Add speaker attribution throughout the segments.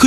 Speaker 1: คุ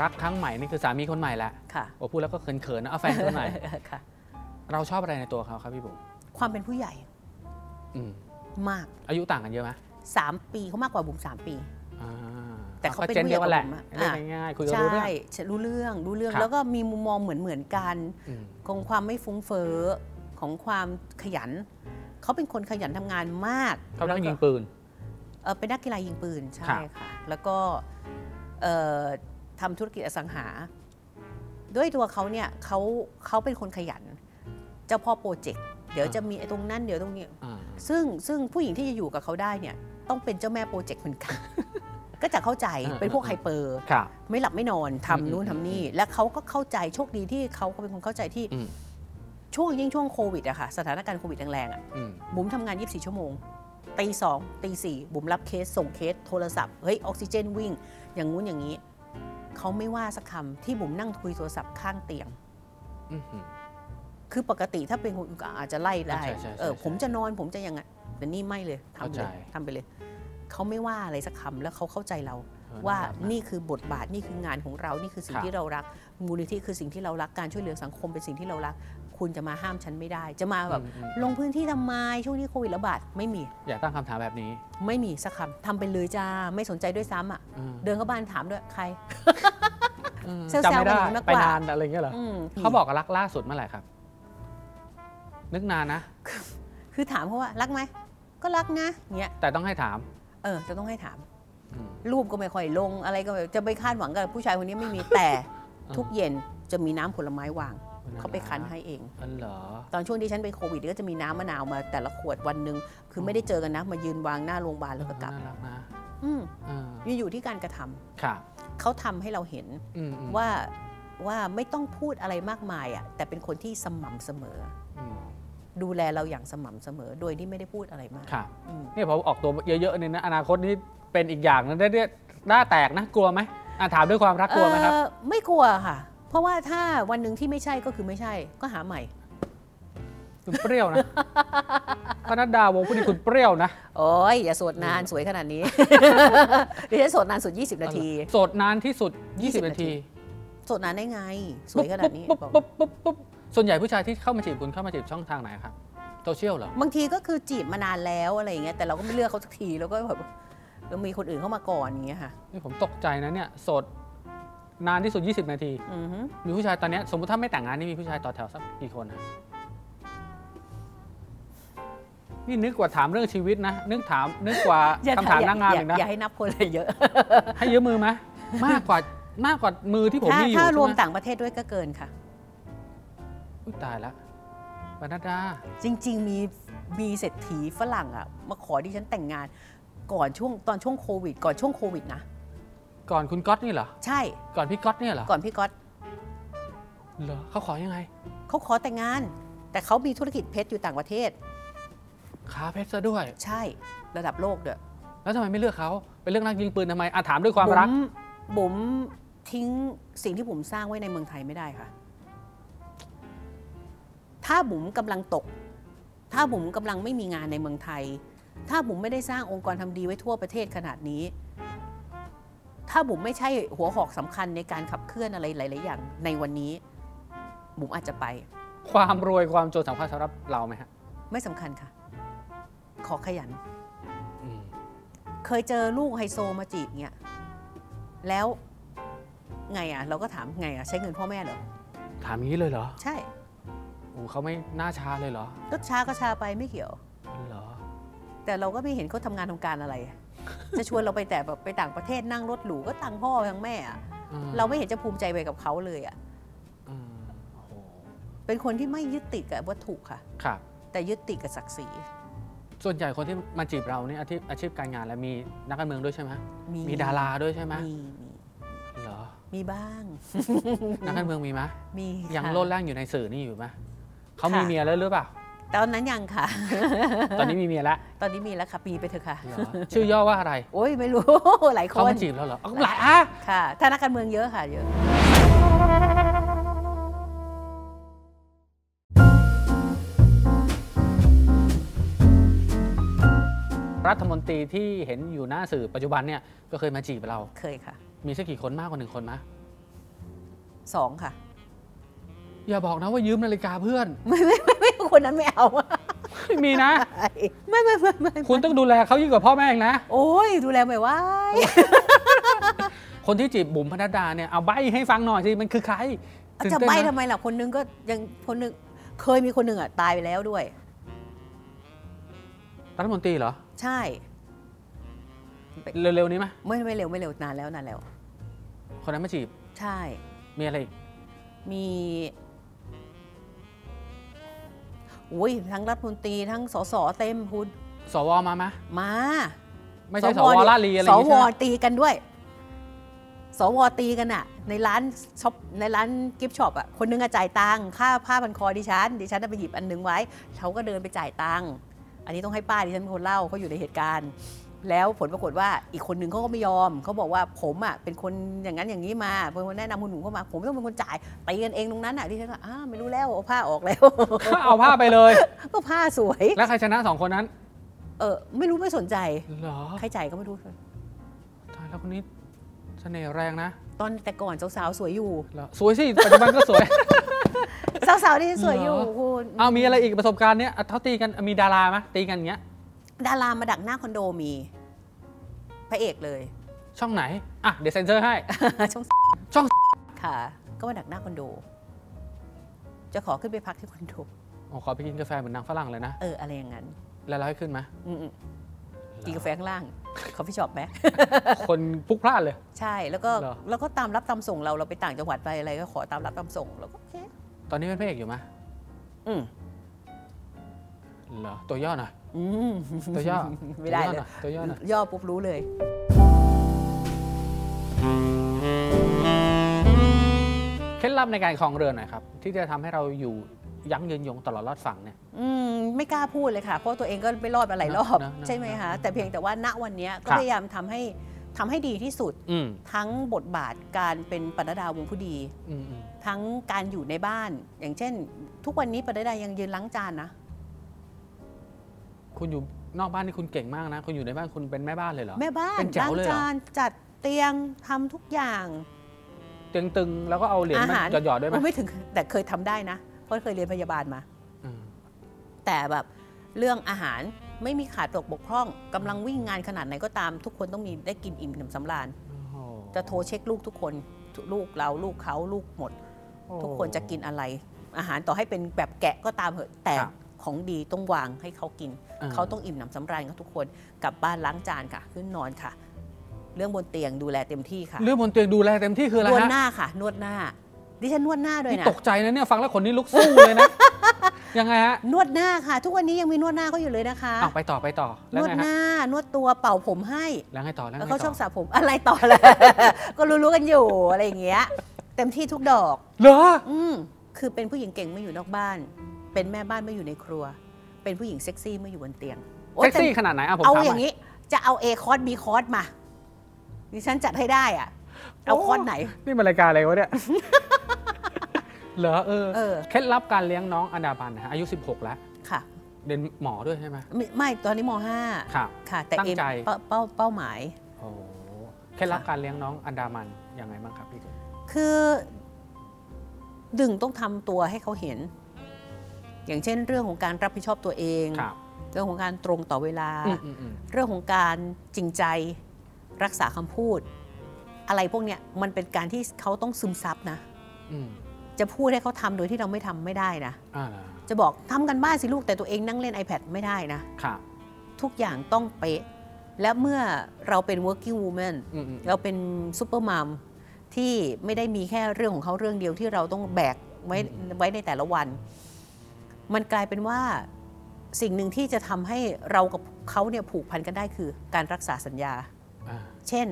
Speaker 2: รักครั้งใหม่นี่คือสามีคนใหม่แล้ว
Speaker 3: ค่ะ
Speaker 2: โอ้พูดแล้วก็เขินๆนะเอาแฟนคนใหม่
Speaker 3: ค่ะ
Speaker 2: เราชอบอะไรในตัวเขาครับพี่บุ๋ม
Speaker 3: ความเป็นผู้ใหญ่
Speaker 2: อืม
Speaker 3: มาก
Speaker 2: อายุต่างกันเยอะไหม
Speaker 3: สามปีเขามากกว่าบุ๋มสามปี
Speaker 2: อ่า
Speaker 3: แต่เขาเป็น
Speaker 2: จนเดียวกันแหละ
Speaker 3: ผู้ใหญ่กว่าผ
Speaker 2: เรี
Speaker 3: มอะ
Speaker 2: ยกง่ายๆคุยกัน
Speaker 3: ใช่
Speaker 2: รู้เรื่อง
Speaker 3: ฉันรู้เรื่องรู้เรื่อง
Speaker 2: ครับ
Speaker 3: แล้วก็มีมุมมองเหมือนเหมือนๆกัน
Speaker 2: อืม
Speaker 3: ของความไม่ฟุ้งเฟ้อของความขยัน เขาเป็นคนขยันทำงานมาก
Speaker 2: เขาเป็นนักยิง
Speaker 3: แล้วก็
Speaker 2: ปืน
Speaker 3: เอ่อเป็นนักกีฬายิงปืนใช่
Speaker 2: ครับ
Speaker 3: ค่ะ แล้วก็เอ่อทำธุรกิจอสังหา ด้วยตัวเขาเนี่ยเขาเขาเป็นคนขยัน เจ้าพ่อโปรเจกต์เดี๋ยวจะมีไอ้ตรงนั้นเดี๋ยวตรงนี้
Speaker 2: อ่า
Speaker 3: ซึ่งซึ่งผู้หญิงที่จะอยู่กับเขาได้เนี่ยต้องเป็นเจ้าแม่โปรเจกต์เหมือนกัน ก็จะเข้าใจเป็นพวกไฮเปอร์
Speaker 2: ครับ
Speaker 3: ไม่หลับไม่นอนทำ
Speaker 2: อืม
Speaker 3: นู่น
Speaker 2: อืม
Speaker 3: ทำนี่ และเขาก็เข้าใจโชคดีที่เขาก็เป็นคนเข้าใจที่
Speaker 2: อืม
Speaker 3: ช่วงยิ่งช่วงโควิดอะค่ะสถานการณ์โควิดแรงๆอะ
Speaker 2: อืม
Speaker 3: บุ๋มทำงาน 24 ชั่วโมงตีสองตีสี่บุ๋มรับเคสส่งเคสโทรศัพท์ เฮ้ย ออกซิเจนวิ่ง อย่างงู้นอย่างนี้ เขาไม่ว่าสักคำที่บุ๋มนั่งคุยโทรศัพท์ข้างเตียง
Speaker 2: อื้อหือ
Speaker 3: คือปกติถ้าเป็นคนอื่นก็อาจจะไล่ได้
Speaker 2: ใช่ใช่ใช่
Speaker 3: เออ
Speaker 2: ใช่
Speaker 3: ผมจะนอนผมจะยังไงแต่นี่ไม่เลยทำ
Speaker 2: เข้า
Speaker 3: เล
Speaker 2: ใจ
Speaker 3: ยทำไปเลย เขาไม่ว่าอะไรสักคำแล้วเขาเข้าใจเรา
Speaker 2: เออ
Speaker 3: ว่า
Speaker 2: รักมก
Speaker 3: นี่คือบทบาทนี่คืองานของเรา นี่คือสิ่
Speaker 2: ค
Speaker 3: ง
Speaker 2: รับ
Speaker 3: ที่เรารัก มูลนิธิคือสิ่งที่เรารักการช่วยเหลือสังคมเป็นสิ่งที่เรารัก คุณจะมาห้ามฉันไม่ได้ จะมาแบบ
Speaker 2: อืมอืม
Speaker 3: ลงพื้นที่ทำไมช่วงนี้โควิดระบาดไม่มี
Speaker 2: อย่าตั้งคำถามแบบนี้
Speaker 3: ไม่มีสักคำทำไปเลยจ้าไม่สนใจด้วยซ้ำอ่ะ
Speaker 2: อ่า
Speaker 3: เดินเข้าบ้านถามด้วยใคร
Speaker 2: อืม
Speaker 3: เซลล์
Speaker 2: จำไม่ได้
Speaker 3: เซลล์มันมากก
Speaker 2: ไป
Speaker 3: ว่า
Speaker 2: นานอะไรเงี้ยเหรอ
Speaker 3: อืม
Speaker 2: เขาบอกรักล่าสุดเมื่อไหร่ครับ นึกนานนะ
Speaker 3: คือถามเขาว่ารักไหมก็รักนะเงี้ย
Speaker 2: แต่ต้องให้ถาม
Speaker 3: เออจะต้องให้ถาม
Speaker 2: อืม
Speaker 3: รูปก็ไม่ค่อยลงอะไรก็ไม่จะไปคาดหวังกับผู้ชายคนนี้ไม่มี แต่
Speaker 2: อ่า
Speaker 3: ทุกเย็นจะมีน้ำผลไม้วาง เขาไปคั้นให้เอง
Speaker 2: อันเหรอ
Speaker 3: ตอนช่วงที่ฉันเป็นโควิดก็จะมีน้ำมะนาวมาแต่ละขวดวันหนึ่งคือไม่ได้เจอกันนะ มายืนวางหน้าโรงพยาบาลแล้วก็กลับ
Speaker 2: น่ารักนะ
Speaker 3: อืม
Speaker 2: อ่า
Speaker 3: นี่อยู่ที่การกระทำ
Speaker 2: ค่ะ
Speaker 3: เขาทำให้เราเห็น
Speaker 2: อืมอืม
Speaker 3: ว่าว่าไม่ต้องพูดอะไรมากมายอ่ะแต่เป็นคนที่สม่ำเสมอ
Speaker 2: อืม
Speaker 3: ดูแลเราอย่างสม่ำเสมอ โดยที่ไม่ได้พูดอะไรมาก
Speaker 2: ค่ะ
Speaker 3: อืม
Speaker 2: เนี่ยพอออกตัวเยอะๆเนี่ยนะอนาคตนี่เป็นอีกอย่างนะได้เนี่ยหน้าแตกนะกลัวไหมอ่ะถามด้วยความรักกลัวไหมครับ
Speaker 3: เอ่อไม่กลัวค่ะ เพราะว่าถ้าวันหนึ่งที่ไม่ใช่ก็คือไม่ใช่ก็หาใหม่
Speaker 2: คุณเปรี้ยว นะพนัดดาวงผู้นี้คุณเปรี้ยวนะ
Speaker 3: โอ้ยอย่าโสดนานสวยขนาดนี้ ดิฉันโสดนานสุด 20 นาที
Speaker 2: โสดนานที่สุด 20
Speaker 3: 20
Speaker 2: นาที
Speaker 3: โสดนานได้ไง สวยขนาดนี้
Speaker 2: ปุ๊บบ
Speaker 3: อ
Speaker 2: ปุ๊
Speaker 3: ก
Speaker 2: บปุ๊บปุ๊บส่วนใหญ่ผู้ชายที่เข้ามาจีบคุณเข้ามาจีบช่องทางไหนครับโซเชียลเหรอ
Speaker 3: บางทีก็คือจีบมานานแล้วอะไรอย่างเงี้ยแต่เราก็ไม่เลือกเขาสักทีแล้วก็แบบเออมีคนอื่นเข้ามาก่อนอย่างเงี้ยค่ะ
Speaker 2: นี่ผมตกใจนะเนี่ยโสดนานที่สุด 20 นาที
Speaker 3: อือฮึ
Speaker 2: มีผู้ชายตอนเนี้ยสมมติถ้าไม่แต่งงานนี่มีผู้ชายต่อแถวสักกี่คนนะนี่นึกกว่าถามเรื่องชีวิตนะ นึกถามนึกกว่า
Speaker 3: อย่
Speaker 2: คำถาม
Speaker 3: อย่
Speaker 2: นางงาม
Speaker 3: อย่
Speaker 2: อีกนะ
Speaker 3: อย่าให้นับคนเลยเยอะ
Speaker 2: ให้เยอะมือไหมมากกว่ามากกว่ามือที่ผม
Speaker 3: ถ้า
Speaker 2: มีอยู่
Speaker 3: ถ้า
Speaker 2: ใช่
Speaker 3: รวม
Speaker 2: ไหม
Speaker 3: ต่างประเทศด้วยก็เกินค่ะ
Speaker 2: อุ๊ยตายละบรรณดา
Speaker 3: จริง ๆ มีมีเศรษฐีฝรั่งอ่ะมาขอดิฉันแต่งงาน ก่อนช่วงตอนช่วงโควิด ก่อนช่วงโควิดนะ
Speaker 2: ก่อนคุณก๊อตนี่เหรอ
Speaker 3: ใช่
Speaker 2: ก่อนพี่ก๊อตเนี่ยเหรอ
Speaker 3: ก่อนพี่ก๊อต
Speaker 2: เหรอเขาขอยังไง
Speaker 3: เขาขอแต่งงาน แต่เขามีธุรกิจเพชรอยู่ต่างประเทศ
Speaker 2: ขาเพชรซะด้วย
Speaker 3: ใช่ระดับโลกด้วย
Speaker 2: แล้วทำไมไม่เลือกเขาเป็นเรื่องนักยิงปืนทำไมอ่ะถามด้วยความรัก
Speaker 3: บุ๋บุ๋มทิ้งสิ่งที่บุ๋มสร้างไว้ในเมืองไทยไม่ได้ค่ะ ถ้าบุ๋มกำลังตก ถ้าบุ๋มกำลังไม่มีงานในเมืองไทย ถ้าบุ๋มไม่ได้สร้างองค์กรทำดีไว้ทั่วประเทศขนาดนี้ ถ้าบุ๋มไม่ใช่หัวหอกสำคัญในการขับเคลื่อนอะไรหลาย ๆ อย่างในวันนี้ บุ๋มอาจจะไป
Speaker 2: ความรวยความจนสำคัญสำหรับเราไหมฮะ
Speaker 3: ไม่สำคัญค่ะ ขอขยัน เคยเจอลูกไฮโซมาจีบเนี่ยแล้วไงอ่ะ เราก็ถามไงอ่ะ ใช้เงินพ่อแม่เหรอ
Speaker 2: ถามงี้เลยเหรอ
Speaker 3: ใช่
Speaker 2: โอ้เขาไม่น่าช้าเลยเหรอ
Speaker 3: ก็ช้าก็ช้าไปไม่เกี่ยว
Speaker 2: เหรอ
Speaker 3: แต่เราก็ไม่เห็นเขาทำงานทำการอะไร จะชวนเราไปแต่แบบไปต่างประเทศนั่งรถหรูก็ตังค์พ่อตังค์แม่อะเราไม่เห็นจะภูมิใจไปกับเขาเลยอ่ะ
Speaker 2: อืมโอ้โห
Speaker 3: เป็นคนที่ไม่ยึดติดกับวัตถุค่ะ
Speaker 2: ครับ
Speaker 3: แต่ยึดติดกับศักดิ์ศรี
Speaker 2: ส่วนใหญ่คนที่มาจีบเราเนี่ยอาชีพอาชีพการงานแล้วมีนักการเมืองด้วยใช่ไหมมีดาราด้วยใช่ไหม
Speaker 3: มีมี
Speaker 2: เหรอ
Speaker 3: มี มีบ้าง
Speaker 4: นักการเมืองมีไหม
Speaker 3: มี
Speaker 4: ยัง
Speaker 3: ค่ะ
Speaker 4: โลดแล่นอยู่ในสื่อนี่อยู่ไหมเขา
Speaker 3: ค่ะ
Speaker 4: มีเมียแล้วหรือเปล่า
Speaker 3: ตอนนั้นยังค่ะ
Speaker 4: ตอนนี้มีเมียแล้ว
Speaker 3: ตอนนี้มีแล้วค่ะปีไปเถอะค่ะ
Speaker 4: เหรอชื่อย่อว่าอะไร
Speaker 3: โอ้ยไม่รู้ หลายค
Speaker 4: เขา
Speaker 3: น
Speaker 4: มาจีบแล้วเหรอเอาหลายอ่ะ
Speaker 3: ค่ะถ้านักการเมืองเยอะค่ะเยอะ
Speaker 4: รัฐมนตรีที่เห็นอยู่หน้าสื่อปัจจุบันเนี่ยก็เคยมาจีบเรา
Speaker 3: เคยค่ะ
Speaker 4: มีสักกี่คนมากกว่าหนึ่งคนไหมะ
Speaker 3: สองค่ะ
Speaker 4: อย่าบอกนะว่ายืมนาฬิกาเพื่อน
Speaker 3: ไม่ไม่ไม่ไม่คนนั้นไม่เอา
Speaker 4: ไม่มีนะ
Speaker 3: ไม่ไม่ไม่ไม่
Speaker 4: คุณต้องดูแลเขายิ่งกว่าพ่อแม่เองนะ
Speaker 3: โอ้ยดูแลไม่ ไหว
Speaker 4: คนที่จีบบุ๋มพนัดดาเนี่ยเอาใบให้ฟังหน่อยสิมันคือใครตื่น
Speaker 3: จะ
Speaker 4: เต้น
Speaker 3: ไป
Speaker 4: ห
Speaker 3: ทำไมล่ะคนนึงก็ยังคนนึงเคยมีคนหนึ่งอ่ะตายไปแล้วด้วย
Speaker 4: รัฐมนตรีเหรอ
Speaker 3: ใช่
Speaker 4: เร็วๆนี้ไหมะ
Speaker 3: ไม่ไม่เร็วไม่เร็วนานแล้วนานแล้ว
Speaker 4: คนนั้นมาจีบ
Speaker 3: ใช่
Speaker 4: มีอะไรอีก
Speaker 3: มีอุ้ยทั้งรัฐมนตรีทั้งสสเต็มคุณ
Speaker 4: สวมาไหมะ
Speaker 3: มา
Speaker 4: ไม่ใช่สว
Speaker 3: เนี่ย
Speaker 4: ลาดลีอะไรอ
Speaker 3: ส
Speaker 4: ย่าง
Speaker 3: ว
Speaker 4: งี้ใช่ไหม
Speaker 3: ตีกันด้วย สวตีกันอะในร้านช็อปในร้านกิฟช็อปอะคนนึงอะจ่ายตังค่าผ้าพันคอดิฉันดิฉันน่ะไปหยิบอันหนึงไว้เขาก็เดินไปจ่ายตังค์อันนี้ต้องให้ป้าดิฉันเป็นคนเล่าเขาอยู่ในเหตุการณ์ แล้วผลปรากฏว่าอีกคนนึงเขาก็ไม่ยอมเขาบอกว่าผมอะเป็นคนอย่างนั้นอย่างนี้มาเป็นคนแนะนำคุณหนูเข้ามา ผมต้องเป็นคนจ่ายตีกันเองตรงนั้นอะดิฉันก็อ้าวไม่รู้แล้วเอาผ้าออกแล้ว
Speaker 4: ก็เอาผ้าไปเลย
Speaker 3: ก็ผ้าสวย
Speaker 4: แล้วใครชนะสองคนนั้น
Speaker 3: เออไม่รู้ไม่สนใจ
Speaker 4: เหรอ
Speaker 3: ใครจ่ายก็ไม่รู้
Speaker 4: ตายแล้วคนนี้เสน่ห์แรงนะ
Speaker 3: ตอนแต่ก่อนสาวๆสวยอยู่
Speaker 4: เหรอสวยสิปัจจุบันก็ส วย
Speaker 3: สาวๆนี่สวยอยู่
Speaker 4: เหรอ
Speaker 3: คุณ
Speaker 4: เอามีอะไรอีกประสบการณ์เนี้ยอ่ะเขาตีกันมีดาราไหมตีกันอย่างเงี้ย
Speaker 3: ดารามาดักหน้าคอนโดมี พระเอกเลย
Speaker 4: ช่องไหน อ่ะ เดี๋ยวเซ็นเซอร์ให้
Speaker 3: ช่อง
Speaker 4: ช่อง
Speaker 3: ค่ะ ก็มาดักหน้าคอนโด จะขอขึ้นไปพักที่คอนโด
Speaker 4: โอ้ขอไปกินกาแฟเหมือนนางฝรั่งเลยนะ
Speaker 3: เอออะไรอย่างนั้น
Speaker 4: แล้วเราให้ขึ้นไหม
Speaker 3: อืมๆกินกาแฟข้างล่าง คอฟฟี่ช็อปไหม
Speaker 4: คนพลุกพล่านเลย
Speaker 3: ใช่แล้วก็
Speaker 4: เหรอ
Speaker 3: แล้วก็ตามรับตามส่งเราเราไปต่างจังหวัดไปอะไร ก็ขอตามรับตามส่งเราก็โอเค
Speaker 4: ตอนนี้เป็นพระเอกอยู่ไหม
Speaker 3: อืม
Speaker 4: เหรอ ตัวย่อหน่อย
Speaker 3: อืม
Speaker 4: ตัวย่อ
Speaker 3: ไม่ได้เลย
Speaker 4: ตัวย่อหน่อย
Speaker 3: ย่อปุ๊บรู้เลย
Speaker 4: เคล็ดลับในการครองเรือนหน่อยครับ ที่จะทำให้เราอยู่ยั้งยืนยงตลอดรอดฝั่งเนี่ย
Speaker 3: อืมไม่กล้าพูดเลยค่ะ เพราะตัวเองก็ไม่รอดมาหลายรอบ
Speaker 4: นะนะ
Speaker 3: ใช่ไหมคะ
Speaker 4: นะ
Speaker 3: แต่เพียงแต่ว่าณวันเนี้ยก็
Speaker 4: ครับ
Speaker 3: พยายามทำให้ทำให้ดีที่สุด
Speaker 4: อืม
Speaker 3: ทั้งบทบาทการเป็นปณดาวงผู้ดี
Speaker 4: อืมอืม
Speaker 3: ทั้งการอยู่ในบ้าน อย่างเช่น ทุกวันนี้ปณดายังยืนล้างจานนะ
Speaker 4: คุณอยู่นอกบ้านนี่คุณเก่งมากนะ คุณอยู่ในบ้านคุณเป็นแม่บ้านเลยเหรอ
Speaker 3: แม่บ้าน
Speaker 4: เป็นแจ๋
Speaker 3: ล้าว ง
Speaker 4: เลยเหรอ
Speaker 3: จานจัดเตียงทำทุกอย่าง
Speaker 4: เตียงตึงแล้วก็เอาเหรียญ
Speaker 3: อา
Speaker 4: มา
Speaker 3: หาร
Speaker 4: หยอดๆด้วยไหม
Speaker 3: โอ้ไม่ถึงแต่เคยทำได้นะ เพราะเคยเรียนพยาบาลมา
Speaker 4: อืม
Speaker 3: แต่แบบเรื่องอาหารไม่มีขาดตกบกพร่องกำลังวิ่งงานขนาดไหนก็ตาม ทุกคนต้องมีได้กินอิ่มหนำสำราญ
Speaker 4: โอ้โห
Speaker 3: จะโทรเช็คลูกทุกคนลูกเราลูกเขาลูกหมด
Speaker 4: โอ้
Speaker 3: ทุกคนจะกินอะไร อาหารต่อให้เป็นแบบแกะก็ตามเหอะแต่
Speaker 4: ครับ
Speaker 3: ของดีต้องวางให้เขากิน
Speaker 4: อ่า
Speaker 3: เขาต้องอิ่มหนำสำราญกับทุกคนกลับบ้านล้างจานค่ะ ขึ้นนอนค่ะ เรื่องบนเตียงดูแลเต็มที่ค่ะ
Speaker 4: เรื่องบนเตียงดูแลเต็มที่คืออะไร
Speaker 3: นวด
Speaker 4: ฮะ
Speaker 3: หน้าค่ะ นวดหน้า ดิฉันนวดหน้าด้วย
Speaker 4: นี่
Speaker 3: นะ
Speaker 4: ตกใจนะเนี่ย ฟังแล้วขนนี้ลุกสู้เลย นะ ยังไงฮะ
Speaker 3: นวดหน้าค่ะ ทุกวันนี้ยังมีนวดหน้าเขาอยู่เลยนะคะ
Speaker 4: เอาไปต่อไปต่อ แล้
Speaker 3: น
Speaker 4: ว
Speaker 3: วด
Speaker 4: ไง
Speaker 3: ห
Speaker 4: ฮะ
Speaker 3: น้านวดตัวเป่าผมให้
Speaker 4: แล้วไงต่อแล้วไง
Speaker 3: แล้ว
Speaker 4: ต่
Speaker 3: เขาชอ
Speaker 4: อบ
Speaker 3: สระผมอะไรต่อเลย ก็รู้ๆกันอยู่อะไรอย่างเงี้ย เต็มที่ทุกดอก
Speaker 4: เหรอ
Speaker 3: อืมคือเป็นผู้หญิงเก่งไม่อยู่นอกบ้าน เป็นแม่บ้านไม่อยู่ในครัว เป็นผู้หญิงเซ็กซี่ไม่อยู่บนเตียงโอ๊ย
Speaker 4: เซ็กซี่ขนาดไหนอ่ะผม
Speaker 3: เอา
Speaker 4: ถาม
Speaker 3: อ
Speaker 4: หน่
Speaker 3: ย่า
Speaker 4: องย
Speaker 3: นี้ จะเอา A คอร์ส B คอร์สมา ดิฉันจัดให้ได้อ่ะ เอา
Speaker 4: โอ้
Speaker 3: คอร์สไหน
Speaker 4: นี่มันรายการอะไร วะเนี่ย เหรอเออ
Speaker 3: เออ
Speaker 4: เคล็ดลับการเลี้ยงน้องอันดาบันนะฮะอายุ 16 แล้ว
Speaker 3: ค่ะ
Speaker 4: เรียนหมอด้วยใช่ไหม
Speaker 3: ไม่ไม่ตอนนี้มห้า
Speaker 4: ครับ
Speaker 3: ค่ะ แต่
Speaker 4: ตั้ง
Speaker 3: เอ็ม
Speaker 4: ใจ
Speaker 3: เป้าเป้าเป้าหมาย
Speaker 4: โอ้โหเคล็ดลับการเลี้ยงน้องอันดามันยังไงบ้างครับพี่จุ๊บ
Speaker 3: คือดึงต้องทำตัวให้เขาเห็น อย่างเช่น เรื่องของการรับผิดชอบตัวเอง
Speaker 4: ครับ
Speaker 3: เรื่องของการตรงต่อเวลา
Speaker 4: อืมอืมอืม
Speaker 3: เรื่องของการจริงใจรักษาคำพูด อะไรพวกเนี้ยมันเป็นการที่เขาต้องซึมซับนะ
Speaker 4: อืม
Speaker 3: จะพูดให้เขาทำโดยที่เราไม่ทำไม่ได้นะ
Speaker 4: อ่า
Speaker 3: จะบอกทำกันบ้านสิลูกแต่ตัวเองนั่งเล่น iPad ไม่ได้นะ
Speaker 4: ครับ
Speaker 3: ทุกอย่างต้องเป๊ะ และเมื่อเราเป็น working woman
Speaker 4: อืมอืม
Speaker 3: เราเป็นซูเปอร์มัมที่ไม่ได้มีแค่เรื่องของเขาเรื่องเดียวที่เราต้องแบกไว้ไว้ในแต่ละวัน มันกลายเป็นว่าสิ่งหนึ่งที่จะทำให้เรากับเขาเนี่ยผูกพันกันได้คือการรักษาสัญญา
Speaker 4: อ่า
Speaker 3: เช่น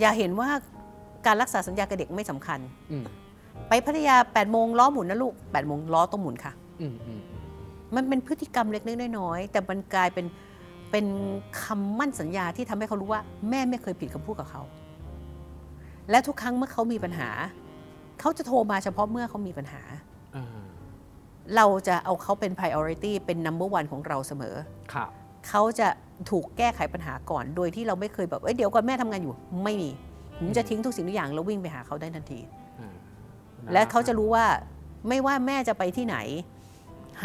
Speaker 3: อย่าเห็นว่า การรักษาสัญญากับเด็กไม่สำคัญ
Speaker 4: อืม
Speaker 3: ไปพัทยา8ปดโมงล้อหมุนนะลูก8ปดโมงล้อต้องหมุนค่ะ
Speaker 4: อืมอืม
Speaker 3: มันเป็นพฤติกรรมเล็กๆน้อยๆแต่มันกลายเป็นเป็นคำมั่นสัญญาที่ทำให้เขารู้ว่า แม่ไม่เคยผิดคำพูดกับเขา และทุกครั้งเมื่อเขามีปัญหา เขาจะโทรมาเฉพาะเมื่อเขามีปัญหา
Speaker 4: อ่า
Speaker 3: เราจะเอาเขาเป็น priority เป็น number one ของเราเสมอ
Speaker 4: ครับ
Speaker 3: เขาจะถูกแก้ไขปัญหาก่อน โดยที่เราไม่เคยแบบ เอ้ยเดี๋ยวก่อนแม่ทำงานอยู่ ไม่มี ผมจะทิ้งทุกสิ่งทุกอย่างแล้ววิ่งไปหาเขาได้ทันที
Speaker 4: อ่า
Speaker 3: และเขาจะรู้ว่าไม่ว่าแม่จะไปที่ไหน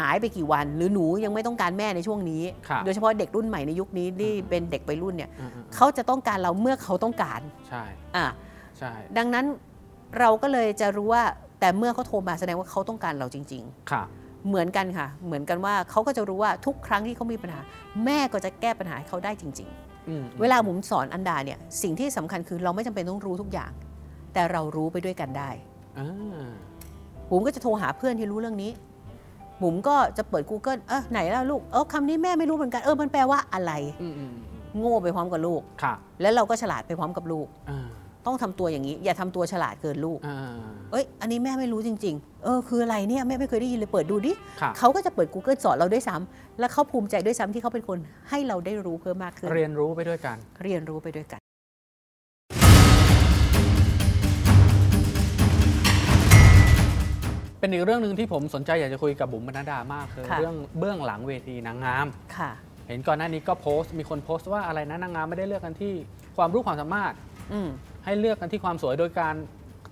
Speaker 3: หายไปกี่วัน หรือหนูยังไม่ต้องการแม่ในช่วงนี้
Speaker 4: ครับ
Speaker 3: โดยเฉพาะเด็กรุ่นใหม่ในยุคนี้ที่เป็นเด็กวัยรุ่นเนี่ย
Speaker 4: อืมอืมอืม
Speaker 3: เขาจะต้องการเราเมื่อเขาต้องการ
Speaker 4: ใช่
Speaker 3: อ่ะ
Speaker 4: ใช่
Speaker 3: ดังนั้นเราก็เลยจะรู้ว่าแต่เมื่อเขาโทรมาแสดงว่าเขาต้องการเราจริง
Speaker 4: ครับ
Speaker 3: ๆ เหมือนกันค่ะ เหมือนกันว่าเขาก็จะรู้ว่าทุกครั้งที่เขามีปัญหา แม่ก็จะแก้ปัญหาให้เขาได้จริง ๆ
Speaker 4: อืม
Speaker 3: เวลาผมสอนอันดาเนี่ยสิ่งที่สำคัญคือเราไม่จำเป็นต้องรู้ทุกอย่าง แต่เรารู้ไปด้วยกันได้
Speaker 4: อ่า
Speaker 3: บุ๋มก็จะโทรหาเพื่อนที่รู้เรื่องนี้บุ๋มก็จะเปิด Google เออไหนล่ะลูกเออคำนี้แม่ไม่รู้เหมือนกันเออมันแปลว่าอะไร
Speaker 4: อืมอืมอืม
Speaker 3: โง่ไปพร้อมกับลูก
Speaker 4: ครับ
Speaker 3: แล้วเราก็ฉลาดไปพร้อมกับลูก
Speaker 4: อ่า
Speaker 3: ต้องทำตัวอย่างนี้ อย่าทำตัวฉลาดเกินลูก
Speaker 4: อ่า
Speaker 3: เอ้ยอันนี้แม่ไม่รู้จริง ๆ เออคืออะไรเนี่ยแม่ไม่เคยได้ยินเลยเปิดดูดิ
Speaker 4: ครับ
Speaker 3: เขาก็จะเปิด Google สอนเราด้วยซ้ำและเขาภูมิใจด้วยซ้ำที่เขาเป็นคนให้เราได้รู้เพิ่มมากขึ้น
Speaker 4: เรียนรู้ไปด้วยกัน
Speaker 3: เรียนรู้ไปด้วยกัน
Speaker 4: เป็นอีกเรื่องหนึ่งที่ผมสนใจอยากจะคุยกับบุ๋มบรรณดามากคือ
Speaker 3: ค่ะ
Speaker 4: เรื่องเบื้องหลังเวทีนางงาม
Speaker 3: ค่ะ
Speaker 4: เห็นก่อนหน้านี้ก็โพสต์มีคนโพสต์ว่าอะไรนะนางงามไม่ได้เลือกกันที่ความรู้ความสามารถ
Speaker 3: อืม
Speaker 4: ให้เลือกกันที่ความสวยโดยการ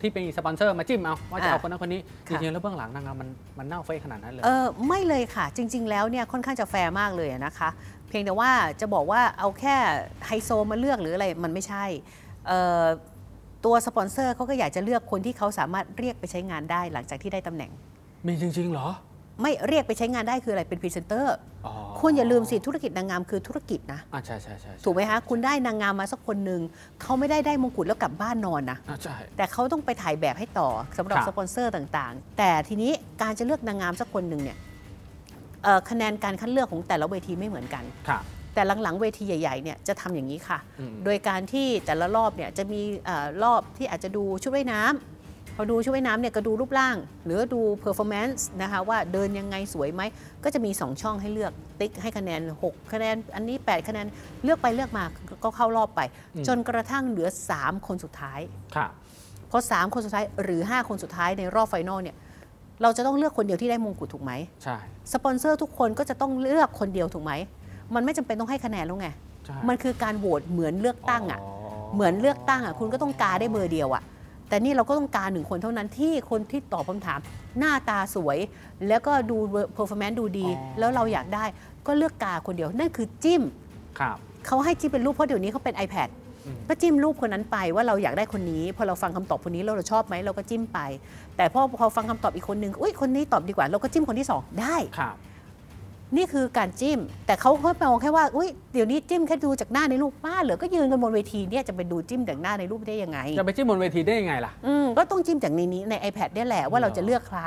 Speaker 4: ที่เป็นสปอนเซอร์มาจิ้มเอาว่าจะ
Speaker 3: อ่ะ
Speaker 4: เอาคนนั้นคนนี้จ
Speaker 3: ค่ะ
Speaker 4: ริงๆแล้วเบื้องหลังนางงามมันมันเน่าเฟะขนาดนั้นเลย
Speaker 3: เออไม่เลยค่ะ จริง ๆ แล้วเนี่ยค่อนข้างจะแฟร์มากเลยอะนะคะ เพียงแต่ว่าจะบอกว่าเอาแค่ไฮโซมาเลือกหรืออะไรมันไม่ใช่เอ่อตัวสปอนเซอร์เขาก็อยากจะเลือกคนที่เขาสามารถเรียกไปใช้งานได้หลังจากที่ได้ตำแหน่ง
Speaker 4: มีจริง ๆ เหรอ
Speaker 3: ไม่เรียกไปใช้งานได้คืออะไรเป็นพรีเซนเตอร์
Speaker 4: อ๋อ
Speaker 3: คุณอย่าลืมสิธุรกิจนางงามคือธุรกิจนะ
Speaker 4: อ่ะใช่ใช่ใช่ใช่
Speaker 3: ถูกไหมคะ คุณได้นางงามมาสักคนหนึ่งเขาไม่ได้ได้มงกุฎแล้วกลับบ้านนอนนะ
Speaker 4: อ่ะใช่
Speaker 3: แต่เขาต้องไปถ่ายแบบให้ต่อสำหรับ
Speaker 4: ครับ
Speaker 3: สปอนเซอร์ต่างๆ แต่ทีนี้การจะเลือกนางงามสักคนหนึ่งเนี่ยเอ่อคะแนนการคัดเลือกของแต่ละเวทีไม่เหมือนกัน
Speaker 4: ค่ะ
Speaker 3: แต่หลังๆเวทีใหญ่ๆเนี่ยจะทำอย่างนี้ค่ะ
Speaker 4: อืม
Speaker 3: โดยการที่แต่ละรอบเนี่ยจะมีเอ่อรอบที่อาจจะดูชุดว่ายน้ำพอดูชุดว่ายน้ำเนี่ยก็ดูรูปร่าง หรือดูเพอร์ฟอร์แมนซ์นะคะว่าเดินยังไงสวยไหม ก็จะมี 2 ช่องให้เลือกติ๊กให้คะแนน 6 คะแนน อันนี้ 8 คะแนนเลือกไปเลือกมาก็เข้ารอบไป จนกระทั่งเหลือ 3 คนสุดท้าย
Speaker 4: ค่ะ
Speaker 3: เพราะ 3 คนสุดท้ายหรือ 5 คนสุดท้ายในรอบไฟนอลเนี่ยเราจะต้องเลือกคนเดียวที่ได้มงกุฎถูกไหม
Speaker 4: ใช่
Speaker 3: สปอนเซอร์ทุกคนก็จะต้องเลือกคนเดียวถูกไหม มันไม่จำเป็นต้องให้คะแนนแล้วไง
Speaker 4: ใช่
Speaker 3: มันคือการโหวตเหมือนเลือกตั้งอ่ะ เหมือนเลือกตั้งอ่ะคุณก็ต้องกาได้เบอร์เดียวอ่ะ แต่นี่เราก็ต้องการหนึ่งคนเท่านั้นที่คนที่ตอบคำถาม หน้าตาสวย แล้วก็ดูเพอร์ฟอร์แมนซ์ดูดี แล้วเราอยากได้ก็เลือกกาคนเดียวนั่นคือจิ้ม
Speaker 4: ครับ
Speaker 3: เขาให้จิ้มเป็นรูปเพราะเดี๋ยวนี้เขาเป็น iPad
Speaker 4: อืม
Speaker 3: ก็จิ้มรูปคนนั้นไปว่าเราอยากได้คนนี้ พอเราฟังคำตอบคนนี้แล้วเราชอบไหมเราก็จิ้มไป แต่พอพอฟังคำตอบอีกคนนึงอุ้ยคนนี้ตอบดีกว่า เราก็จิ้มคนที่สองได้
Speaker 4: ครับ
Speaker 3: นี่คือการจิ้ม แต่เขาเขามองแค่ว่าอุ้ยเดี๋ยวนี้จิ้มแค่ดูจากหน้าในรูปป้าเหรอก็ยืนกันบนเวทีเนี่ยจะไปดูจิ้มจากหน้าในรูปได้ยังไง
Speaker 4: จะไปจิ้มบนเวทีได้ยังไงล่ะ
Speaker 3: อืมก็ต้องจิ้มจากในนี้ใน iPad เนี่ยแหละว่าเราจะเลือกใคร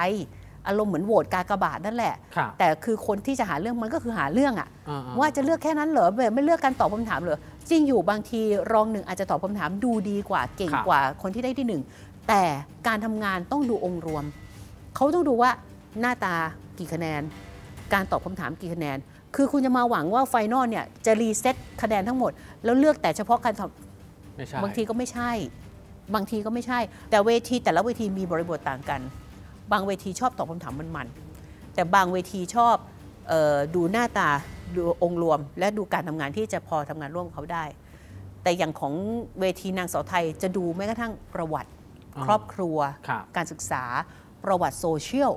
Speaker 3: อารมณ์เหมือนโหวตกากบาทนั่นแหละ
Speaker 4: ครับ
Speaker 3: แต่คือคนที่จะหาเรื่องมันก็คือหาเรื่องอะ
Speaker 4: อ่ๆ
Speaker 3: ว่าจะเลือกแค่นั้นเหรอแบบไม่เลือกการตอบคำถามเหรอจริงอยู่บางทีรองหนึ่งอาจจะตอบคำถามดูดีกว่าเก่งกว่าคนที่ได้ที่หนึ่งแต่การทำงานต้องดูองค์รวม เขาต้องดูว่าหน้าตากี่คะแนน การตอบคำถามกี่คะแนน คือคุณจะมาหวังว่าไฟนอลเนี่ยจะรีเซ็ตคะแนนทั้งหมด แล้วเลือกแต่เฉพาะการตอบ
Speaker 4: ไม่ใช่
Speaker 3: บางทีก็ไม่ใช่ บางทีก็ไม่ใช่ แต่เวทีแต่ละเวทีมีบริบทต่างกัน บางเวทีชอบตอบคำถามมันๆ แต่บางเวทีชอบเออดูหน้าตาดูองค์รวม และดูการทำงานที่จะพอทำงานร่วมกับเขาได้ แต่อย่างของเวทีนางสาวไทยจะดูแม้กระทั่งประวัติครอบครัว
Speaker 4: ครับ
Speaker 3: การศึกษาประวัติโซเชียล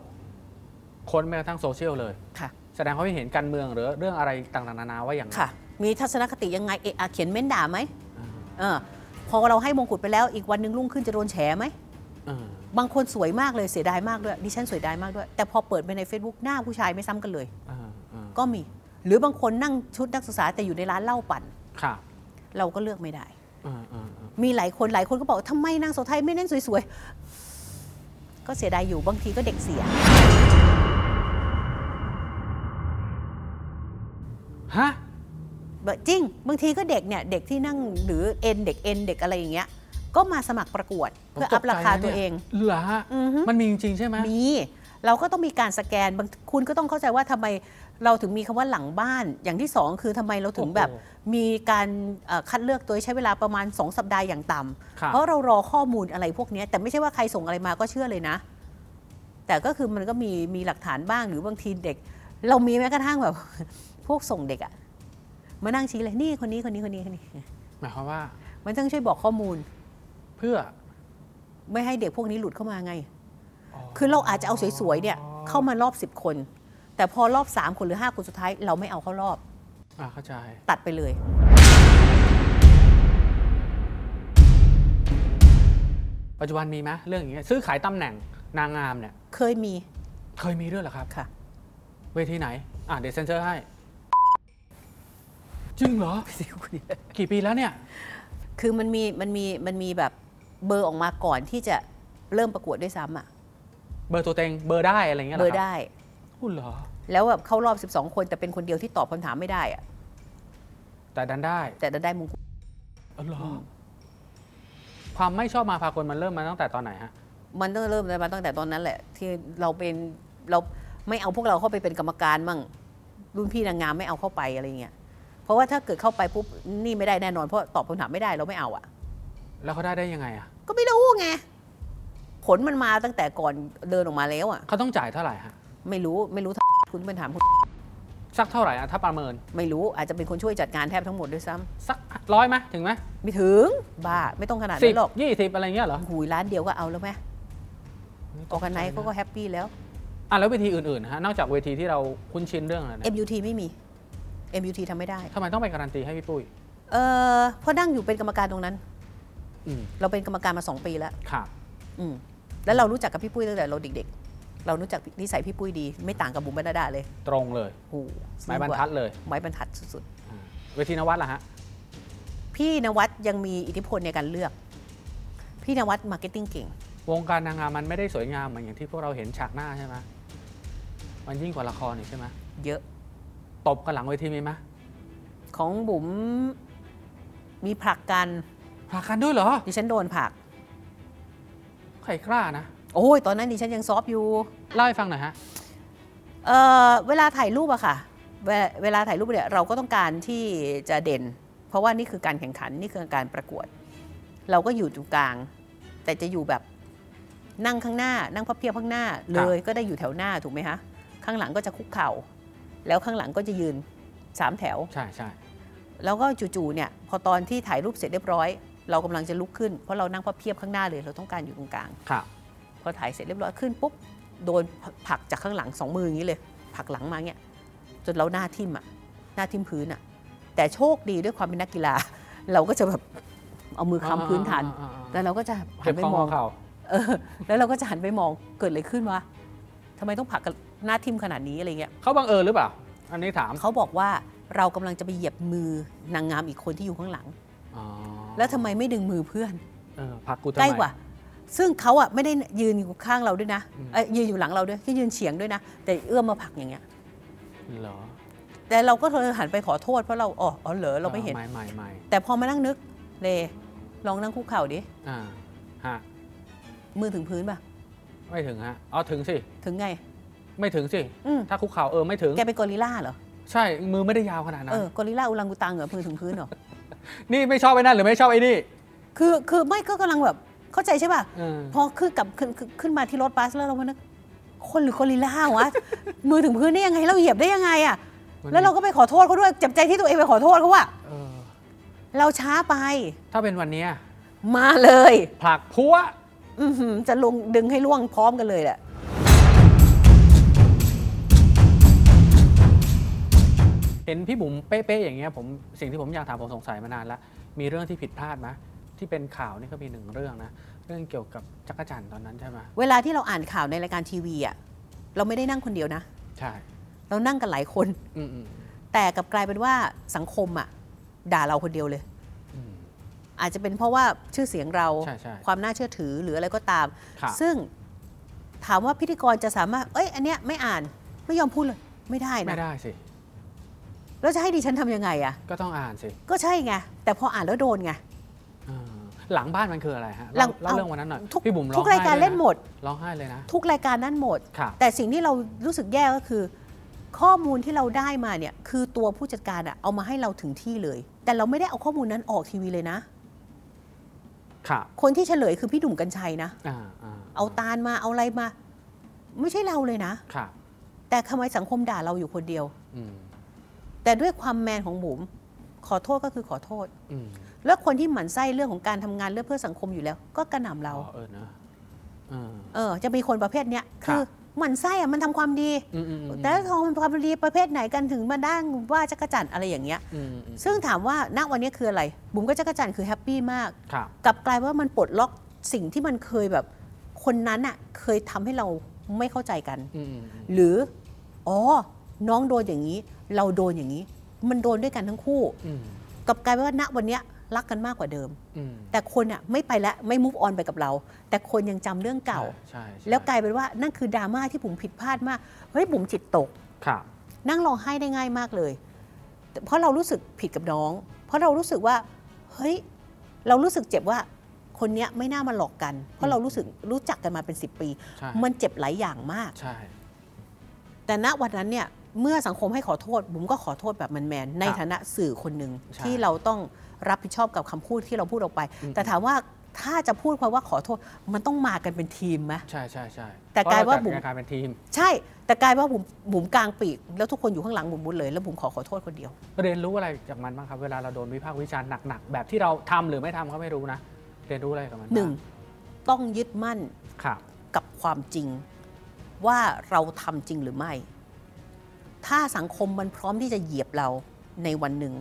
Speaker 4: คนแม้กระทั่งโซเชียลเลย
Speaker 3: ค่ะ
Speaker 4: แสดงความคิดเห็นการเมืองหรือเรื่องอะไรต่างๆนานาว่าอย่างไร
Speaker 3: ค่ะ มีทัศนคติยังไงเอะอะเขียนเม้นด่าไหม
Speaker 4: อ่า
Speaker 3: เออพอเราให้มงกุฎไปแล้วอีกวันหนึงรุ่งขึ้นจะโดนแฉไหม
Speaker 4: อ่า
Speaker 3: บางคนสวยมากเลยเสียดายมากด้วยดิฉันสวยดายมากด้วย แต่พอเปิดไปใน Facebook หน้าผู้ชายไม่ซ้ำกันเลย
Speaker 4: อ่าอ่า
Speaker 3: ก็มี หรือบางคนนั่งชุดนักศึกษาแต่อยู่ในร้านเหล้าปั่น
Speaker 4: ครับ
Speaker 3: เราก็เลือกไม่ได้
Speaker 4: อ่าอ่าอ่า
Speaker 3: มีหลายคนหลายคนก็บอกทำไมนางสาวไทยไม่เน้นสวยๆ ก็เสียดายอยู่บางทีก็เด็กเสีย
Speaker 4: ฮะ
Speaker 3: จริง บางทีก็เด็กเนี่ยเด็กที่นั่งหรือเอ็นเด็กเอ็นเด็กอะไรอย่างเงี้ย ก็มาสมัครประกวด เพื่ออัพราคาตัวเอง
Speaker 4: เหรอฮะ
Speaker 3: อือฮึ
Speaker 4: มันมีจริงๆใช่ไหม
Speaker 3: มีเราก็ต้องมีการสแกนบางคุณก็ต้องเข้าใจว่าทำไมเราถึงมีคำว่าหลังบ้าน อย่างที่สองคือทำไมเราถึง
Speaker 4: โอ้โห
Speaker 3: แบบมีการเอ่อคัดเลือกตัวใช้เวลาประมาณ 2 สัปดาห์อย่างต่ำ
Speaker 4: ครับ
Speaker 3: เพราะเรารอข้อมูลอะไรพวกเนี้ยแต่ไม่ใช่ว่าใครส่งอะไรมาก็เชื่อเลยนะ แต่ก็คือมันก็มีมีหลักฐานบ้างหรือบางทีเด็ก เรามีแม้กระทั่งแบบ พวกส่งเด็กอะมานั่งชี้เลยนี่คนนี้คนนี้คนนี้คนนี้
Speaker 4: หมายความว่า
Speaker 3: มันต้องช่วยบอกข้อมูล
Speaker 4: เพื่อ
Speaker 3: ไม่ให้เด็กพวกนี้หลุดเข้ามาไง
Speaker 4: อ๋อ
Speaker 3: คือเราอาจจะเอาสวยๆ เนี่ย เข้ามารอบ 10 คน แต่พอรอบ 3 คนหรือ 5 คนสุดท้าย เราไม่เอาเข้ารอบ
Speaker 4: อ่าเข้าใจ
Speaker 3: ตัดไปเลย
Speaker 4: ปัจจุบันมีไหมเรื่องอย่างเงี้ยซื้อขายตำแหน่งนางงามเนี่ย
Speaker 3: เคยมี
Speaker 4: เคยมีด้วยเหรอครับ
Speaker 3: ค่ะ
Speaker 4: เวทีไหน อ่าเดี๋ยวเซ็นเซอร์ให้ จริงเหรอ กี่ปีแล้วเนี่ย
Speaker 3: คือมันมีมันมีมันมีแบบเบอร์ออกมาก่อนที่จะเริ่มประกวดด้วยซ้ำอะ
Speaker 4: เบอร์ตัวเต็งเบอร์ได้อะไรเงี้ยห
Speaker 3: เบ
Speaker 4: ร
Speaker 3: อ
Speaker 4: อ
Speaker 3: ร์
Speaker 4: ครับ
Speaker 3: ได้
Speaker 4: พูดเหรอ
Speaker 3: แล้วแบบเข้ารอบ 12 คนแต่เป็นคนเดียวที่ตอบคำถามไม่ได้อะ
Speaker 4: แต่ดันได้
Speaker 3: แต่ดันได้มงกุฎ
Speaker 4: อ๋อเหรออความไม่ชอบมาพากลมันเริ่มมาตั้งแต่ตอนไหนฮะ
Speaker 3: มันต้องเริ่มมาตั้งแต่ตอนนั้นแหละ ที่เราเป็นเราไม่เอาพวกเราเข้าไปเป็นกรรมการมั่งรุ่นพี่นางงามไม่เอาเข้าไปอะไรเงี้ยเพราะว่าถ้าเกิดเข้าไปปุ๊บนี่ไม่ได้แน่นอนเพราะตอบคำถามไม่ได้เราไม่เอาอะ
Speaker 4: แล้วเขาได้ได้ยังไงอ่ะ
Speaker 3: ก็ไม่รู้ไง ผลมันมาตั้งแต่ก่อนเดินออกมาแล้วอ่ะ
Speaker 4: เขาต้องจ่ายเท่าไหร่ฮะ
Speaker 3: ไม่รู้ไม่รู้ คุณเป็นถามคุณ
Speaker 4: สักเท่าไหร่อะถ้าประเมิน
Speaker 3: ไม่รู้อาจจะเป็นคนช่วยจัดงานแทบทั้งหมดด้วยซ้ำ
Speaker 4: สักร้อยไหมถึงไหม
Speaker 3: ไม่ถึง บ้า ไม่ต้องขนาด
Speaker 4: สิ
Speaker 3: นั้
Speaker 4: บ
Speaker 3: นหรอก
Speaker 4: ยี่สิบอะไรเงี้ยเหรอ
Speaker 3: หูยร้านเดียวก็เอาแล้วไหมออกกันไหนเขาก็แฮปปี้แล้ว
Speaker 4: อ่ะแล้วเวทีอื่นๆฮะ นอกจากเวทีที่เราคุ้นชินเรื่องอะไรนะ
Speaker 3: MUT ไม่มี MUT ทำไม่ได้
Speaker 4: ทำไมต้องไปการันตีให้พี่ปุ้ย
Speaker 3: เออเพราะนั่งอยู่เป็นกรรมการตรงนั้น
Speaker 4: อืม
Speaker 3: เราเป็นกรรมการมาสองปีแล้ว
Speaker 4: ครับ
Speaker 3: อืมแล้วเรารู้จักกับพี่ปุ้ยตั้งแต่เราเด็ก ๆ เรารู้จักนิสัยพี่ปุ้ยดี ไม่ต่างกับบุ๋มบรรดาเลย
Speaker 4: ตรงเลย
Speaker 3: โอ้โห
Speaker 4: หมายบรรทัดเลย
Speaker 3: ไม้บรรทัดสุด
Speaker 4: อ่าเวทีนวัดล่ะฮะ
Speaker 3: ๆพี่นวัดยังมีอิทธิพลในการเลือก พี่นวัดมาร์เก็ตติ้งเก่ง
Speaker 4: วงการนางงามมันไม่ได้สวยงามเหมือนอย่างที่พวกเราเห็นฉากหน้าใช่ไหมมันยิ่งกว่าละครนี่ใช่ไหม
Speaker 3: เยอะ
Speaker 4: ตบกันหลังเวทีมีไหม
Speaker 3: ของบุ๋มมีผลักกัน
Speaker 4: ผลักกันด้วยเหรอ
Speaker 3: ดิฉันโดนผลัก
Speaker 4: ใครกล้านะ
Speaker 3: โอ้ยตอนนั้นดิฉันยังซอฟต์อยู่
Speaker 4: เล่าให้ฟังหน่อยฮะ
Speaker 3: เอ่อเวลาถ่ายรูปอะค่ะ เวลาเวลาถ่ายรูปเนี่ยเราก็ต้องการที่จะเด่น เพราะว่านี่คือการแข่งขันนี่คือการประกวด เราก็อยู่ตรงกลาง แต่จะอยู่แบบนั่งข้างหน้า นั่งพับเพียบข้างหน้า เลยก็ได้อยู่แถวหน้าถูกไหมคะข้างหลังก็จะคุกเข่า แล้วข้างหลังก็จะยืนสามแถว
Speaker 4: ใช่ใช่
Speaker 3: แล้วก็จู่ๆ เนี่ย พอตอนที่ถ่ายรูปเสร็จเรียบร้อย เรากำลังจะลุกขึ้น เพราะเรานั่งพับเพียบข้างหน้าเลย เราต้องการอยู่ตรงกลาง
Speaker 4: ครับ
Speaker 3: พอถ่ายเสร็จเรียบร้อยขึ้นปุ๊บ โดนผลักจากข้างหลังสองมืออย่างนี้เลยผลักหลังมาเงี้ย จนเราหน้าทิ่มอ่ะ หน้าทิ่มพื้นอ่ะ แต่โชคดีด้วยความเป็นนักกีฬา เราก็จะแบบเอามือค้ำพื้นฐาน
Speaker 4: อ่าอ่าอ่าอ่า
Speaker 3: แล้วเราก็จะ
Speaker 4: เก็
Speaker 3: หั
Speaker 4: บ
Speaker 3: นไป
Speaker 4: ข้อ
Speaker 3: ม
Speaker 4: ม
Speaker 3: อ
Speaker 4: อง เข่า
Speaker 3: เออ แล้วเราก็จะหันไปมอง เกิดอะไรขึ้นวะทำไมต้องผลักกันหน้าทิ่มขนาดนี้อะไรเงี้ย
Speaker 4: เขาบังเอิญหรือเปล่า อันนี้ถาม
Speaker 3: เขาบอกว่าเรากำลังจะไปเหยียบมือนางงามอีกคนที่อยู่ข้างหลัง
Speaker 4: อ๋อ
Speaker 3: แล้วทำไมไม่ดึงมือเพื่อน
Speaker 4: เออผลักกูทำไม
Speaker 3: ใกล้กว่า ซึ่งเขาอ่ะไม่ได้ยืนอยู่ข้างเราด้วยนะ
Speaker 4: อืม
Speaker 3: เอ้ยยืนอยู่หลังเราด้วยที่ยืนเฉียงด้วยนะ แต่เอื้อมมาผลักอย่างเงี้ย
Speaker 4: เหรอ
Speaker 3: แต่เราก็เคยหันไปขอโทษเพราะเราอ๋ออ๋อเหรอเราไม่เห็น
Speaker 4: ใหม่ใหม่ใหม่
Speaker 3: แต่พอมานั่งนึกเลลองนั่งคุกเข่าดิ
Speaker 4: อ่าฮะ
Speaker 3: มือถึงพื้นป่ะ
Speaker 4: ไม่ถึงฮะ เอาถึงสิ
Speaker 3: ถึงไง
Speaker 4: ไม่ถึงสิ
Speaker 3: อืม
Speaker 4: ถ้าคุกเข่าเออไม่ถึง
Speaker 3: แกเป็นกอริลล่าเหรอ
Speaker 4: ใช่ มือไม่ได้ยาวขนาดนั้
Speaker 3: เอน อกอริลล่าอุลังอุตังเหรอมือถึงพื้นเหรอ
Speaker 4: นี่ไม่ชอบไอ้นั่นหรือไม่ชอบไอ้นี่
Speaker 3: คือคือไม่ก็กำลังแบบเข้าใจใช่ป่ะ
Speaker 4: เออ
Speaker 3: พอขึ้นกลับขึ้นขึ้นขึ้นมาที่รถบัสแล้วเรามานึกคนหรือกอริลล่าวะ มือถึงพื้นได้ยังไงเราเหยียบได้ยังไงอ่ะ
Speaker 4: มัน
Speaker 3: แล้วเราก็ไปขอโทษเขาด้วยเจ็บใจที่ตัวเองไปขอโทษเขาว่า
Speaker 4: เออ
Speaker 3: เราช้าไป
Speaker 4: ถ้าเป็นวันเนี้ย
Speaker 3: มาเลย
Speaker 4: ผลักพัว
Speaker 3: อื้อหือจะลงดึงให้ล่วงพร้อมกันเลยแหละ
Speaker 4: เห็นพี่บุ๋มเป๊ะๆอย่างเงี้ยผมสิ่งที่ผมอยากถามผมสงสัยมานานแล้ว มีเรื่องที่ผิดพลาดไหมที่เป็นข่าวนี่ก็มีหนึ่งเรื่องนะ เรื่องเกี่ยวกับจักรจันทร์ตอนนั้นใช่ไหม
Speaker 3: เวลาที่เราอ่านข่าวในรายการทีวีอ่ะเราไม่ได้นั่งคนเดียวนะ
Speaker 4: ใช่
Speaker 3: เรานั่งกันหลายคน
Speaker 4: อืมอืม
Speaker 3: แต่กลับกลายเป็นว่าสังคมอ่ะด่าเราคนเดียวเลย
Speaker 4: อืม
Speaker 3: อาจจะเป็นเพราะว่าชื่อเสียงเรา
Speaker 4: ใช่ใช่
Speaker 3: ความน่าเชื่อถือหรืออะไรก็ตาม
Speaker 4: ครับ
Speaker 3: ซึ่งถามว่าพิธีกรจะสามารถ เอ้ย อันเนี้ยไม่อ่าน ไม่ยอมพูดเลย ไม่ได้นะ
Speaker 4: ไม่ได้สิ
Speaker 3: แล้วจะให้ดิฉันทำยังไงอะ
Speaker 4: ก็ต้องอ่านสิ
Speaker 3: ก็ใช่ไง แต่พออ่านแล้วโดนไง
Speaker 4: เออ หลังบ้านมันคืออะไรฮะ
Speaker 3: หลั
Speaker 4: เล่าง เล่า
Speaker 3: เอา
Speaker 4: เรื่องวันนั้นหน่อย
Speaker 3: ทุก
Speaker 4: พี่บุ๋มร้
Speaker 3: ทุ
Speaker 4: อง
Speaker 3: กรายการ
Speaker 4: ไห้
Speaker 3: เล่นหม
Speaker 4: ะ
Speaker 3: ด
Speaker 4: ร้องไห้เลยนะ
Speaker 3: ทุกรายการนั่นหมด
Speaker 4: ครับ
Speaker 3: แต่สิ่งที่เรารู้สึกแย่ก็คือ ข้อมูลที่เราได้มาเนี่ยคือตัวผู้จัดการอะเอามาให้เราถึงที่เลย แต่เราไม่ได้เอาข้อมูลนั้นออกทีวีเลยนะ
Speaker 4: ครับ
Speaker 3: คนที่เฉลยคือพี่ดุ่มกัญชัยนะ
Speaker 4: อ่าอ่า
Speaker 3: เอาตาลมาเอาอะไรมา ไม่ใช่เราเลยนะ
Speaker 4: ครับ
Speaker 3: แต่ทำไมสังคมด่าเราอยู่คนเดียว
Speaker 4: อืม
Speaker 3: แต่ด้วยความแมนของบุ๋มขอโทษก็คือขอโทษ
Speaker 4: อืม
Speaker 3: แล้วคนที่หมั่นไส้เรื่องของการทำงานเรื่องเพื่อสังคมอยู่แล้ว ก็กระหน่ำเรา
Speaker 4: อ๋อเออเนอะเออ
Speaker 3: เออ จะมีคนประเภทเนี้ย
Speaker 4: ครับ
Speaker 3: คือหมั่นไส้อะมันทำความดี
Speaker 4: อืมอืมอืม
Speaker 3: แต่ทองมันความดีประเภทไหนกันถึงมาด้างว่าจักรจันทร์อะไรอย่างเงี้ย
Speaker 4: อืมอืม
Speaker 3: ซึ่งถามว่าณวันนี้คืออะไร บุ๋มก็จักรจันทร์คือแฮปปี้มาก
Speaker 4: ครับ
Speaker 3: กลับกลายว่ามันปลดล็อกสิ่งที่มันเคยแบบ คนนั้นอะเคยทำให้เราไม่เข้าใจกัน
Speaker 4: อืมอืมอืม
Speaker 3: หรืออ๋อน้องโดนอย่างนี้ เราโดนอย่างนี้ มันโดนด้วยกันทั้งคู่
Speaker 4: อืม
Speaker 3: กลับกลายเป็นว่าณวันเนี้ยรักกันมากกว่าเดิม
Speaker 4: อืม
Speaker 3: แต่คนอะไม่ไปละไม่มูฟออนไปกับเรา แต่คนยังจำเรื่องเก่า
Speaker 4: ใช่ใช่
Speaker 3: แล้วกลายเป็นว่านั่นคือดราม่าที่ผมผิดพลาดมากเฮ้ยผมจิตตก
Speaker 4: ครับ
Speaker 3: นั่งร้องไห้ได้ง่ายมากเลย เพราะเรารู้สึกผิดกับน้อง เพราะเรารู้สึกว่า เฮ้ย เรารู้สึกเจ็บว่า คนเนี้ยไม่น่ามาหลอกกัน เพราะเรารู้สึกรู้จักกันมาเป็น 10 ปี
Speaker 4: ใช่
Speaker 3: มันเจ็บหลายอย่างมาก
Speaker 4: ใช่
Speaker 3: แต่ณวันนั้นเนี่ย เมื่อสังคมให้ขอโทษ บุ๋มก็ขอโทษแบบแมนๆ ในฐานะสื่อคนหนึ่งที่เราต้องรับผิดชอบกับคำพูดที่เราพูดออกไป แต่ถามว่าถ้าจะพูดคำว่าขอโทษ มันต้องมากันเป็นทีมไหม
Speaker 4: ใช่ใช่ใช่
Speaker 3: แต่กลายว่า
Speaker 4: เพ
Speaker 3: บุ๋
Speaker 4: ระ
Speaker 3: ม
Speaker 4: เรจัดรายการเป็นทีม
Speaker 3: ใช่ แต่กลายว่าบุ๋มบุ๋มกลางปีก แล้วทุกคนอยู่ข้างหลังบุ๋มหมดเลย แล้วบุ๋มขอขอโทษคนเดียว
Speaker 4: เรียนรู้อะไรจากมันบ้างครับ เวลาเราโดนวิพากษ์วิจารณ์หนักๆ แบบที่เราทำหรือไม่ทำก็ไม่รู้นะ เรียนรู้อะไรกับมันบ้า
Speaker 3: หนึ่งต้องยึดมั่น
Speaker 4: ครับ
Speaker 3: กับความจริง ว่าเราทำจริงหรือไม่ ถ้าสังคมมันพร้อมที่จะเหยียบเราในวันหนึ่ง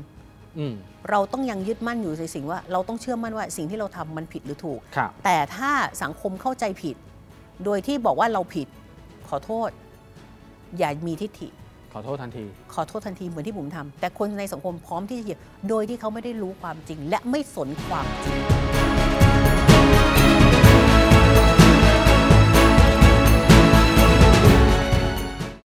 Speaker 4: อืม
Speaker 3: เราต้องยังยึดมั่นอยู่ในสิ่งว่าเราต้องเชื่อมั่นว่าสิ่งที่เราทำมันผิดหรือถูก
Speaker 4: ครับ
Speaker 3: แต่ถ้าสังคมเข้าใจผิด โดยที่บอกว่าเราผิดขอโทษ อย่ามีทิฐิ
Speaker 4: ขอโทษทันที
Speaker 3: ขอโทษทันทีเหมือนที่ผมทำแต่คนในสังคมพร้อมที่จะเหยียบโดยที่เขาไม่ได้รู้ความจริง และไม่สนความจริง